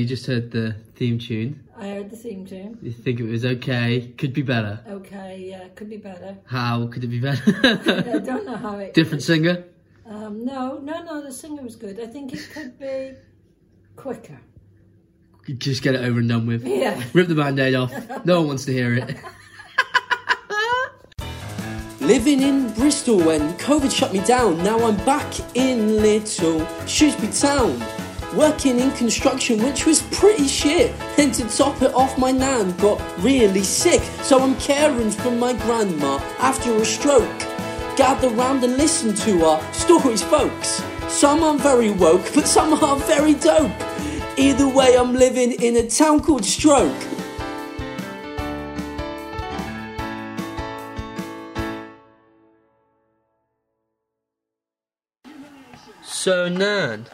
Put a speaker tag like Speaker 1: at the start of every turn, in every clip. Speaker 1: You just heard the theme tune.
Speaker 2: I heard the theme tune.
Speaker 1: You think it was okay, could be better.
Speaker 2: Okay, yeah, could be better.
Speaker 1: How could it be
Speaker 2: I
Speaker 1: better?
Speaker 2: don't know how it.
Speaker 1: Different singer?
Speaker 2: Um, no, no, no. The singer was good. I think it could be quicker.
Speaker 1: Just get it over and done with.
Speaker 2: Yeah.
Speaker 1: Rip the band aid off. No one wants to hear it.
Speaker 3: Living in Bristol when COVID shut me down. Now I'm back in little Shrewsbury town. Working in construction, which was pretty shit. And to top it off, my nan got really sick. So I'm caring for my grandma after a stroke. Gather round and listen to our stories, folks. Some are very woke, but some are very dope. Either way, I'm living in a town called Stroke.
Speaker 1: So, Nan,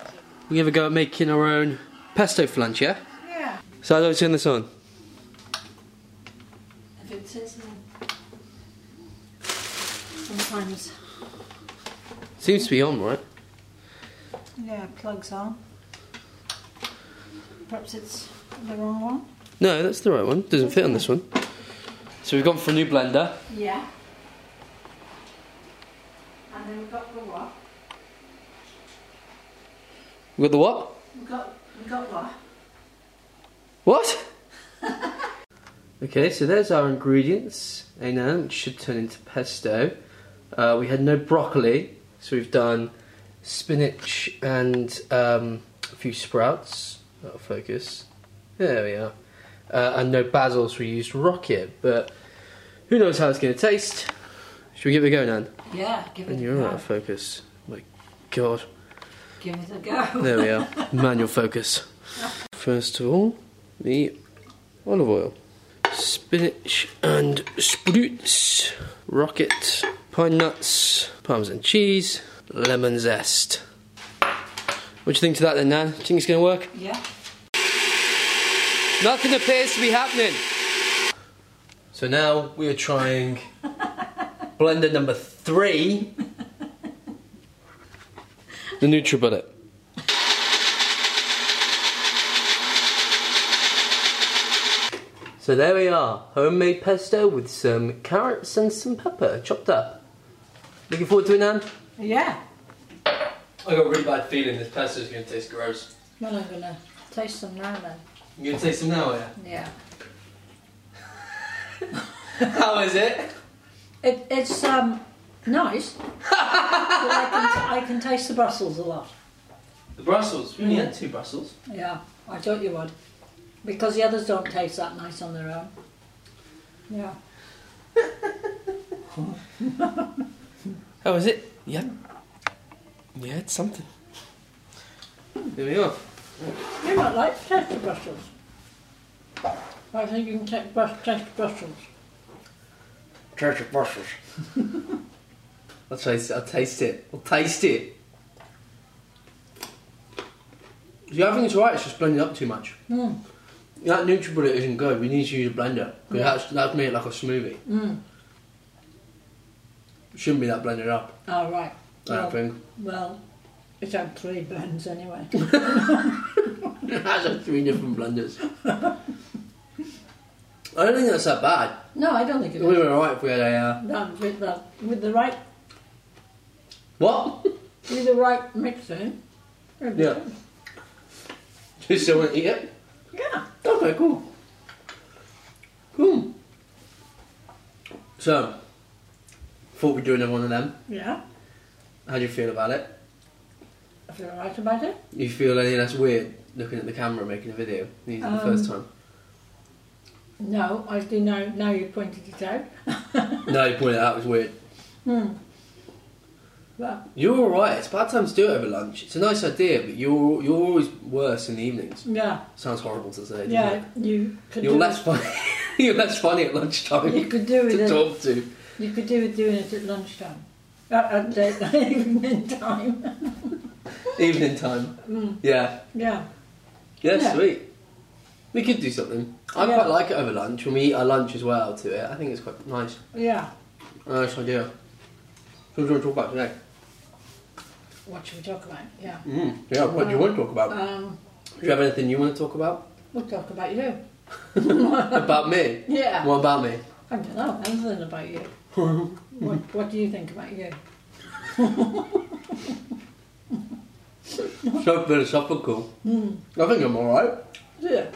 Speaker 1: we have a go at making our own pesto flanch, yeah?
Speaker 2: Yeah.
Speaker 1: So, how do I turn this on?
Speaker 2: If it says uh, sometimes.
Speaker 1: Seems to be on, right?
Speaker 2: Yeah, plugs on. Perhaps it's the wrong one.
Speaker 1: No, that's the right one. Doesn't fit on this one. So, we've gone for a new blender.
Speaker 2: Yeah. And then we've got the what?
Speaker 1: We've got the what?
Speaker 2: We've got we got what?
Speaker 1: What? okay, so there's our ingredients. And now it should turn into pesto. Uh, we had no broccoli, so we've done spinach and um, a few sprouts. That'll focus. There we are. Uh, and no basil, so we used rocket. But who knows how it's going to taste? Should we give it a go, Nan?
Speaker 2: Yeah, give it
Speaker 1: And
Speaker 2: a
Speaker 1: you're
Speaker 2: go.
Speaker 1: out of focus. My God.
Speaker 2: Give it a go.
Speaker 1: There we are. Manual focus. First of all, the olive oil, spinach and sprouts, rocket, pine nuts, parmesan cheese, lemon zest. What do you think to that then, Nan? Do you think it's going to work?
Speaker 2: Yeah.
Speaker 1: Nothing appears to be happening. So now we are trying blender number three. the NutriBullet. So there we are, homemade pesto with some carrots and some pepper chopped up. Looking forward to it, Nan?
Speaker 2: Yeah.
Speaker 1: I got a really bad feeling this pesto is going to taste gross.
Speaker 2: Well, I'm gonna taste some now then.
Speaker 1: You going to taste some now, yeah?
Speaker 2: Yeah.
Speaker 1: How is it?
Speaker 2: It, it's um nice. but I, can, I can taste the Brussels a lot.
Speaker 1: The Brussels. We only had two Brussels.
Speaker 2: Yeah, I thought you would, because the others don't taste that nice on their own. Yeah.
Speaker 1: Oh, is it? Yeah. Yeah, it's something. There we are.
Speaker 2: You might like to taste the Brussels. I think you can take brus- taste Brussels.
Speaker 1: Church of Brussels. I'll taste it. I'll taste it. I'll taste it. Yeah, I think it's alright. It's just blending up too much.
Speaker 2: Mm.
Speaker 1: That NutriBullet isn't good. We need to use a blender. 'Cause That's, that's made it like a smoothie.
Speaker 2: Mm.
Speaker 1: It shouldn't be that blended up,
Speaker 2: All right.
Speaker 1: I
Speaker 2: Well,
Speaker 1: don't think.
Speaker 2: well, it's had three blends anyway.
Speaker 1: that's like three different blenders. I don't think that's that bad.
Speaker 2: no, I don't think it
Speaker 1: We
Speaker 2: is.
Speaker 1: were alright if we had a... Uh,
Speaker 2: No, with the with the right
Speaker 1: what?
Speaker 2: with the right mixing. it'd be
Speaker 1: Yeah.
Speaker 2: good.
Speaker 1: Do you still want to eat it?
Speaker 2: Yeah.
Speaker 1: Okay, cool. Cool. So, thought we'd do another one of them.
Speaker 2: Yeah.
Speaker 1: How do you feel about it?
Speaker 2: I feel right about it.
Speaker 1: You feel any less weird looking at the camera making a video? These are the
Speaker 2: Um,
Speaker 1: first time.
Speaker 2: No, I do know. Now you pointed it out.
Speaker 1: No, you pointed it out it was weird.
Speaker 2: hmm. Well,
Speaker 1: You're alright, it's bad time to do it over lunch. It's a nice idea, but you're you're always worse in the evenings.
Speaker 2: yeah,
Speaker 1: Sounds horrible to say, doesn't
Speaker 2: yeah. You
Speaker 1: it?
Speaker 2: could
Speaker 1: You're
Speaker 2: do
Speaker 1: less funny you're less funny at lunchtime
Speaker 2: With, you could do with
Speaker 1: to
Speaker 2: it.
Speaker 1: talk to.
Speaker 2: You could do with doing it at lunchtime. Uh, at uh, evening time.
Speaker 1: Evening time.
Speaker 2: Mm,
Speaker 1: Yeah.
Speaker 2: yeah.
Speaker 1: Yeah,
Speaker 2: Yeah.
Speaker 1: sweet. We could do something. I
Speaker 2: Yeah.
Speaker 1: quite like it over lunch when we eat our lunch as well to it. I think it's quite nice.
Speaker 2: Yeah.
Speaker 1: Nice idea. So what do you want to talk about today?
Speaker 2: What should we talk about? Yeah.
Speaker 1: Mm, yeah, what do you want to talk about?
Speaker 2: Um,
Speaker 1: Do you have anything you want to talk about?
Speaker 2: We'll talk about you.
Speaker 1: about me?
Speaker 2: Yeah.
Speaker 1: What about me?
Speaker 2: I don't know anything about you. what, what do you think about you?
Speaker 1: So philosophical.
Speaker 2: Mm.
Speaker 1: I think I'm alright.
Speaker 2: Yeah.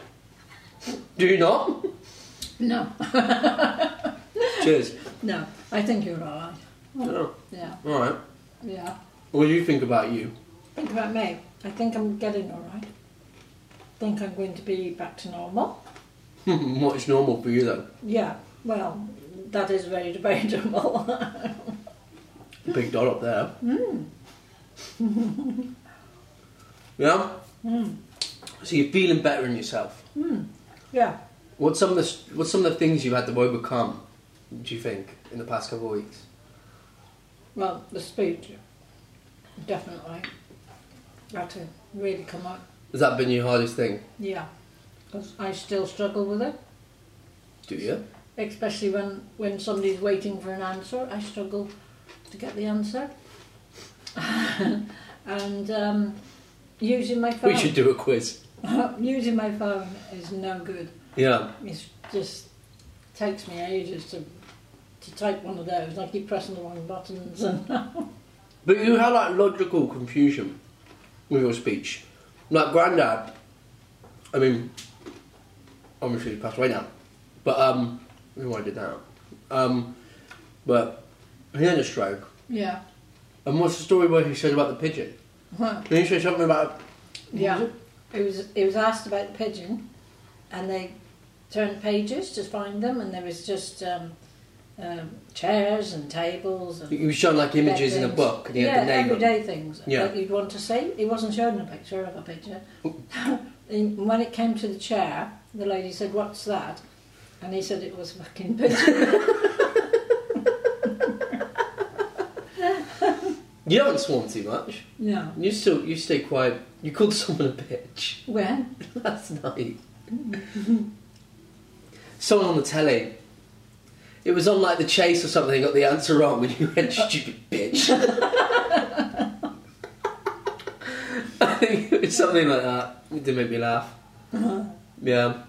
Speaker 1: Do you not?
Speaker 2: No.
Speaker 1: Cheers.
Speaker 2: No. I think you're all right.
Speaker 1: Oh,
Speaker 2: Yeah.
Speaker 1: alright.
Speaker 2: Yeah.
Speaker 1: What do you think about you?
Speaker 2: Think about me. I think I'm getting all right. Think I'm going to be back to normal.
Speaker 1: what is normal for you though?
Speaker 2: Yeah. Well, that is very debatable.
Speaker 1: Big dot up there. yeah? So you're feeling better in yourself.
Speaker 2: yeah.
Speaker 1: What's some of the s- what's some of the things you had to overcome? Do you think in the past couple of weeks?
Speaker 2: Well, the speech. Definitely. Had to really come up.
Speaker 1: Has that been your hardest thing?
Speaker 2: Yeah. Because I still struggle with it.
Speaker 1: Do you?
Speaker 2: especially when, when somebody's waiting for an answer. I struggle to get the answer. and um, using my phone,
Speaker 1: We should do a quiz.
Speaker 2: using my phone is no good.
Speaker 1: Yeah.
Speaker 2: It just takes me ages to to type one of those. I keep pressing the wrong buttons and
Speaker 1: But you had like logical confusion with your speech. Like Grandad, I mean, obviously he passed away now, but um, I don't know why I did that. Um, but he had a stroke.
Speaker 2: yeah,
Speaker 1: And what's the story where he said about the pigeon?
Speaker 2: Huh.
Speaker 1: Did he say something about
Speaker 2: yeah. It was it was asked about the pigeon, and they turned pages to find them, and there was just. Um, um, chairs and tables and
Speaker 1: he was showing like images in a
Speaker 2: Bedrooms.
Speaker 1: book and he
Speaker 2: yeah,
Speaker 1: had the name on it.
Speaker 2: everyday things
Speaker 1: Yeah.
Speaker 2: that you'd want to see. He wasn't showing a picture of a picture.
Speaker 1: Oh.
Speaker 2: and when it came to the chair, the lady said, "What's that?" And he said, "It was a fucking picture."
Speaker 1: You haven't sworn too much.
Speaker 2: no,
Speaker 1: You still you stay quiet. You called someone a bitch
Speaker 2: when
Speaker 1: last night. someone on the telly. It was on like the chase or something. Got the answer wrong when you went stupid bitch. I think it was something like that. It did make me laugh. Uh-huh. Yeah.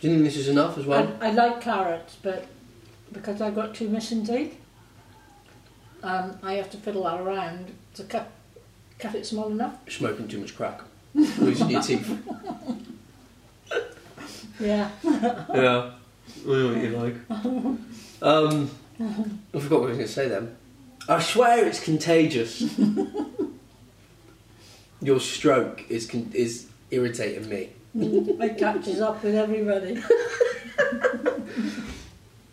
Speaker 1: Do you think this is enough as well?
Speaker 2: I, I like carrots, but because I've got two missing teeth, um, I have to fiddle that around to cut cut it small enough.
Speaker 1: Smoking too much crack. Losing your teeth.
Speaker 2: Yeah,
Speaker 1: yeah. Really what you like. Um, I forgot what I was going to say then. I swear it's contagious. Your stroke is con- is irritating me.
Speaker 2: Mm, it catches up with everybody.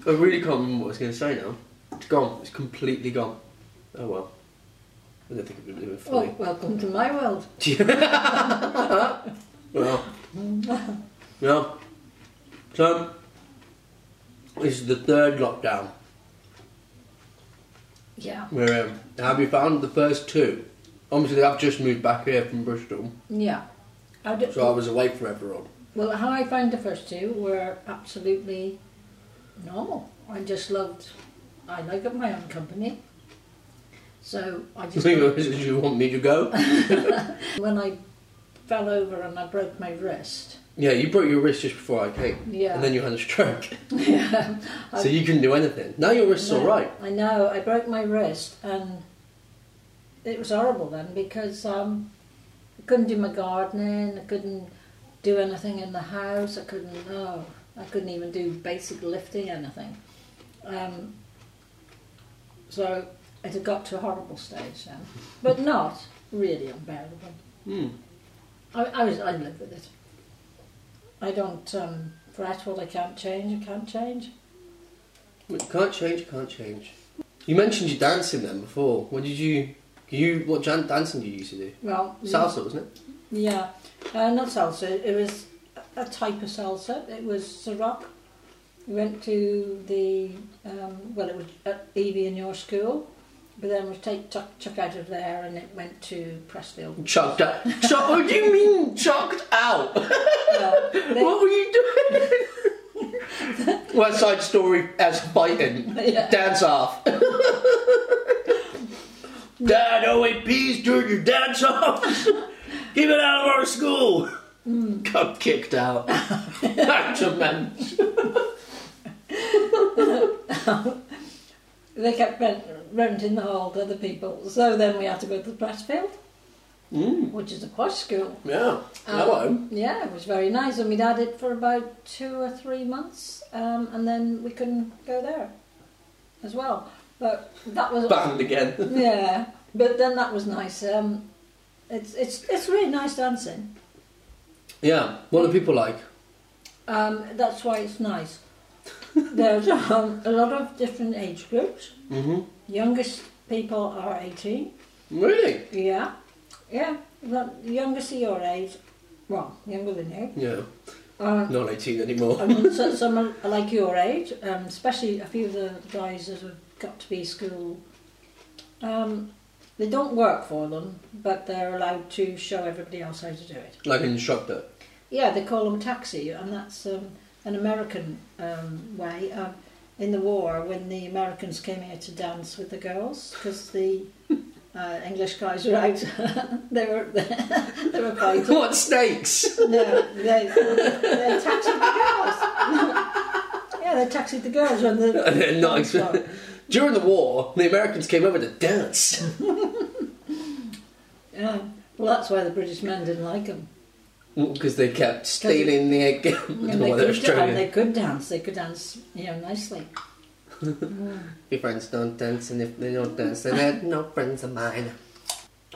Speaker 1: I really can't remember what I was going to say now. It's gone. It's completely gone. Oh well. I don't think it would have been
Speaker 2: Oh,
Speaker 1: funny.
Speaker 2: welcome to my world.
Speaker 1: Oh. well. Yeah. So, this is the third lockdown.
Speaker 2: Yeah,
Speaker 1: We're in. um, Have you found the first two? Obviously, I've just moved back here from Bristol,
Speaker 2: yeah. I do,
Speaker 1: so I was away for everyone.
Speaker 2: Well, how I found the first two were absolutely normal. I just loved. I like up my own company. So I just
Speaker 1: Did you want me to go?
Speaker 2: when I fell over and I broke my wrist.
Speaker 1: Yeah, you broke your wrist just before I came.
Speaker 2: Yeah.
Speaker 1: And then you had a stroke.
Speaker 2: Yeah,
Speaker 1: so you couldn't do anything. Now your wrist's alright.
Speaker 2: I know. I broke my wrist and it was horrible then because um, I couldn't do my gardening. I couldn't do anything in the house. I couldn't. Oh, I couldn't even do basic lifting anything. Um, so it had got to a horrible stage then, but not really unbearable.
Speaker 1: Hmm.
Speaker 2: I, I was. I live with it. I don't um, fret what I can't change. I can't change.
Speaker 1: Can't change, can't change. You mentioned you dancing then before. What did you. you What jan- dancing did you used to do?
Speaker 2: Well,
Speaker 1: Salsa, wasn't it?
Speaker 2: Yeah, uh, not salsa. It was a- a type of salsa. It was Ciroc. We went to the um, well, it was at Evie in your school, but then we take took, took out of there and it went to Pressfield.
Speaker 1: Chucked out. Chuck- what do you mean, chucked out?
Speaker 2: Uh, they,
Speaker 1: What were you doing? West Side Story as fighting.
Speaker 2: Yeah.
Speaker 1: Dance off. Dad, OAPs during your dance off. Keep it out of our school. got kicked out. Back to men.
Speaker 2: They kept rent, renting the hall to other people. So then we had to go to Pressfield,
Speaker 1: Mm,
Speaker 2: which is a posh school.
Speaker 1: yeah.
Speaker 2: Um,
Speaker 1: Hello.
Speaker 2: Yeah, it was very nice, and we'd had it for about two or three months, um, and then we couldn't go there as well. But that was
Speaker 1: Banned again.
Speaker 2: yeah. But then that was nice. Um, it's it's it's really nice dancing.
Speaker 1: Yeah. What do people like?
Speaker 2: Um, that's why it's nice. There's um, a lot of different age groups.
Speaker 1: Mm-hmm.
Speaker 2: Youngest people are eighteen.
Speaker 1: Really?
Speaker 2: Yeah, yeah. The youngest of your age, well, younger than you.
Speaker 1: Yeah.
Speaker 2: Um,
Speaker 1: Not 18 anymore.
Speaker 2: I mean, so, some are like your age, um, especially a few of the guys that have got to be school. Um, they don't work for them, but they're allowed to show everybody else how to do it.
Speaker 1: Like an instructor.
Speaker 2: Yeah, they call them taxi, and that's um, an American um, way. Um, in the war, when the Americans came here to dance with the girls, because the uh, English guys were out, they were they were fighting.
Speaker 1: What snakes?
Speaker 2: No, they, they taxied the girls. yeah, they taxied the girls when the.
Speaker 1: And they're not expecting- During the war, the Americans came over to dance.
Speaker 2: Yeah. Well, that's why the British men didn't like them.
Speaker 1: Because they kept stealing the egg. I don't know why they're Australian.
Speaker 2: they could dance. They could dance, you know, nicely.
Speaker 1: Your friends don't dance, and if they don't dance, then they're not friends of mine.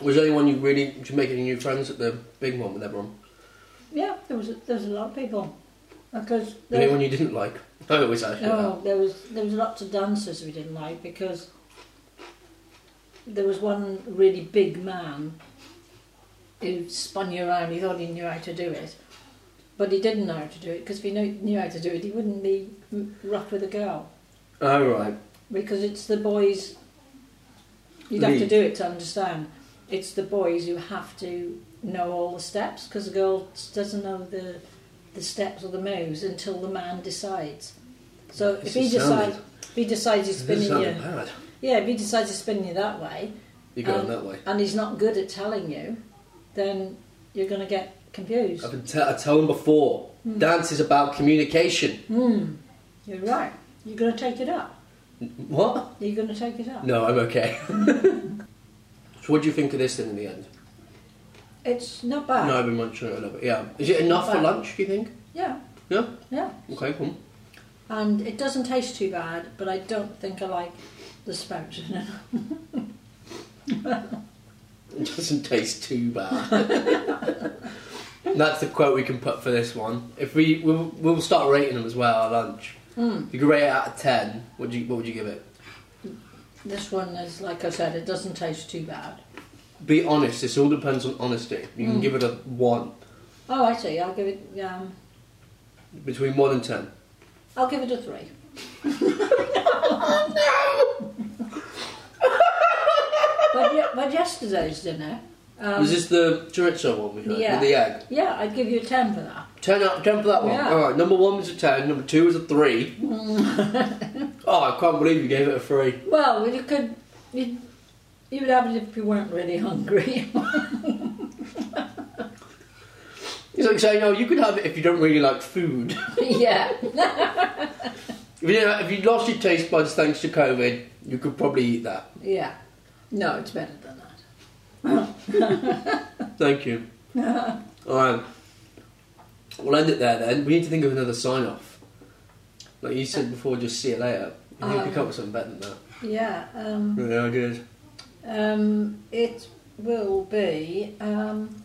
Speaker 1: Was there anyone you really did you make any new friends at the big one with everyone?
Speaker 2: Yeah, there was a, there was a lot of people because there,
Speaker 1: Anyone you didn't like? I always ask you
Speaker 2: oh, there was there was lots of dancers we didn't like because there was one really big man who spun you around. He thought he knew how to do it, but he didn't know how to do it because if he knew, knew how to do it, he wouldn't be m- rough with a girl
Speaker 1: that. Oh right,
Speaker 2: because it's the boys. You'd have to
Speaker 1: Lead.
Speaker 2: do it to understand. It's the boys who have to know all the steps because the girl doesn't know the the steps or the moves until the man decides. So
Speaker 1: This
Speaker 2: if he
Speaker 1: is sounding-
Speaker 2: decides, if he decides he's
Speaker 1: It doesn't
Speaker 2: spinning
Speaker 1: sound
Speaker 2: you,
Speaker 1: bad.
Speaker 2: yeah, if he decides he's spinning you that way,
Speaker 1: You go on
Speaker 2: Um,
Speaker 1: that way.
Speaker 2: and he's not good at telling you, then you're going to get confused.
Speaker 1: I've been t- I told him before. Dance is about communication.
Speaker 2: Hmm. You're right. You're going to take it up.
Speaker 1: What?
Speaker 2: You're going to take it up.
Speaker 1: No, I'm okay. so what do you think of this then in the end?
Speaker 2: It's not bad.
Speaker 1: No, I've been munching it a little bit. Yeah. Is it enough for
Speaker 2: Ah. Fine.
Speaker 1: lunch? Do you think?
Speaker 2: Yeah.
Speaker 1: Yeah.
Speaker 2: Yeah.
Speaker 1: Okay. Cool.
Speaker 2: and it doesn't taste too bad, but I don't think I like the spout.
Speaker 1: It doesn't taste too bad. That's the quote we can put for this one. If we we'll, we'll start rating them as well our lunch.
Speaker 2: Hmm.
Speaker 1: If you could rate it out of ten, what do you what would you give it?
Speaker 2: this one is, like I said, it doesn't taste too bad.
Speaker 1: Be honest. This all depends on honesty. You
Speaker 2: Hmm.
Speaker 1: can give it a one
Speaker 2: Oh, I see. I'll give it. Um,
Speaker 1: between one and ten.
Speaker 2: I'll give it a three. but, ye- but yesterday's dinner. Um,
Speaker 1: Was this the chorizo one we had
Speaker 2: yeah.
Speaker 1: with the egg?
Speaker 2: Yeah, I'd give you a ten for that.
Speaker 1: Ten out ten for that one.
Speaker 2: Yeah. Hmm.
Speaker 1: All right. Number one was a ten. Number two was a three. oh, I can't believe you gave it a three.
Speaker 2: Well, you could. You, you would have it if you weren't really hungry.
Speaker 1: It's like saying, "Oh, you could have it if you don't really like food."
Speaker 2: yeah.
Speaker 1: If you, if you lost your taste buds thanks to COVID, you could probably eat that.
Speaker 2: Yeah. No, it's better than that.
Speaker 1: Thank you. All right. We'll end it there then. We need to think of another sign off. Like you said before, just see you later. You need to come up with something better than that.
Speaker 2: Yeah. Um,
Speaker 1: Really ideas.
Speaker 2: um, it will be um,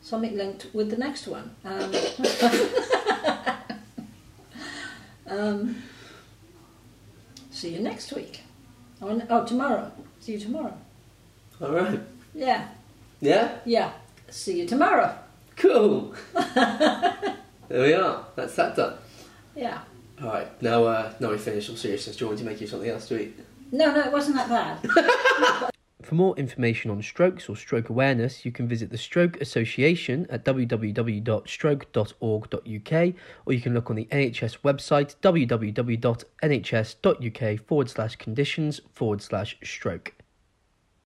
Speaker 2: something linked with the next one. Um, um, see you next week. Oh, n- oh, tomorrow. See you tomorrow.
Speaker 1: All right.
Speaker 2: Yeah.
Speaker 1: Yeah?
Speaker 2: Yeah. See you tomorrow.
Speaker 1: Cool. there we are. That's that done.
Speaker 2: Yeah.
Speaker 1: All right. Now, uh, now we finished all seriousness. Do you want me to make you something else to eat?
Speaker 2: No, no, it wasn't that bad.
Speaker 1: For more information on strokes or stroke awareness, you can visit the Stroke Association at www.stroke.org.uk or you can look on the NHS website www.nhs.uk forward slash conditions forward slash stroke.